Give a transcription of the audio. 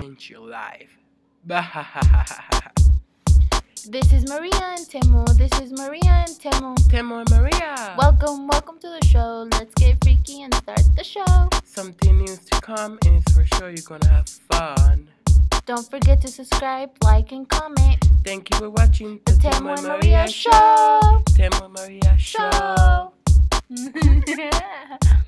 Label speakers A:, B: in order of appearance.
A: change your life. Temo
B: This is Maria and Temo. This is Maria and Temo.
A: and Maria.
B: Welcome, welcome to the show. Let's get freaky and start the show.
A: Something new's to come, and it's for sure you're gonna have fun.
B: Don't forget to subscribe, like, and comment.
A: Thank you for watching
B: The Temo and Maria Show.
A: Temo and Maria Show.
B: Show.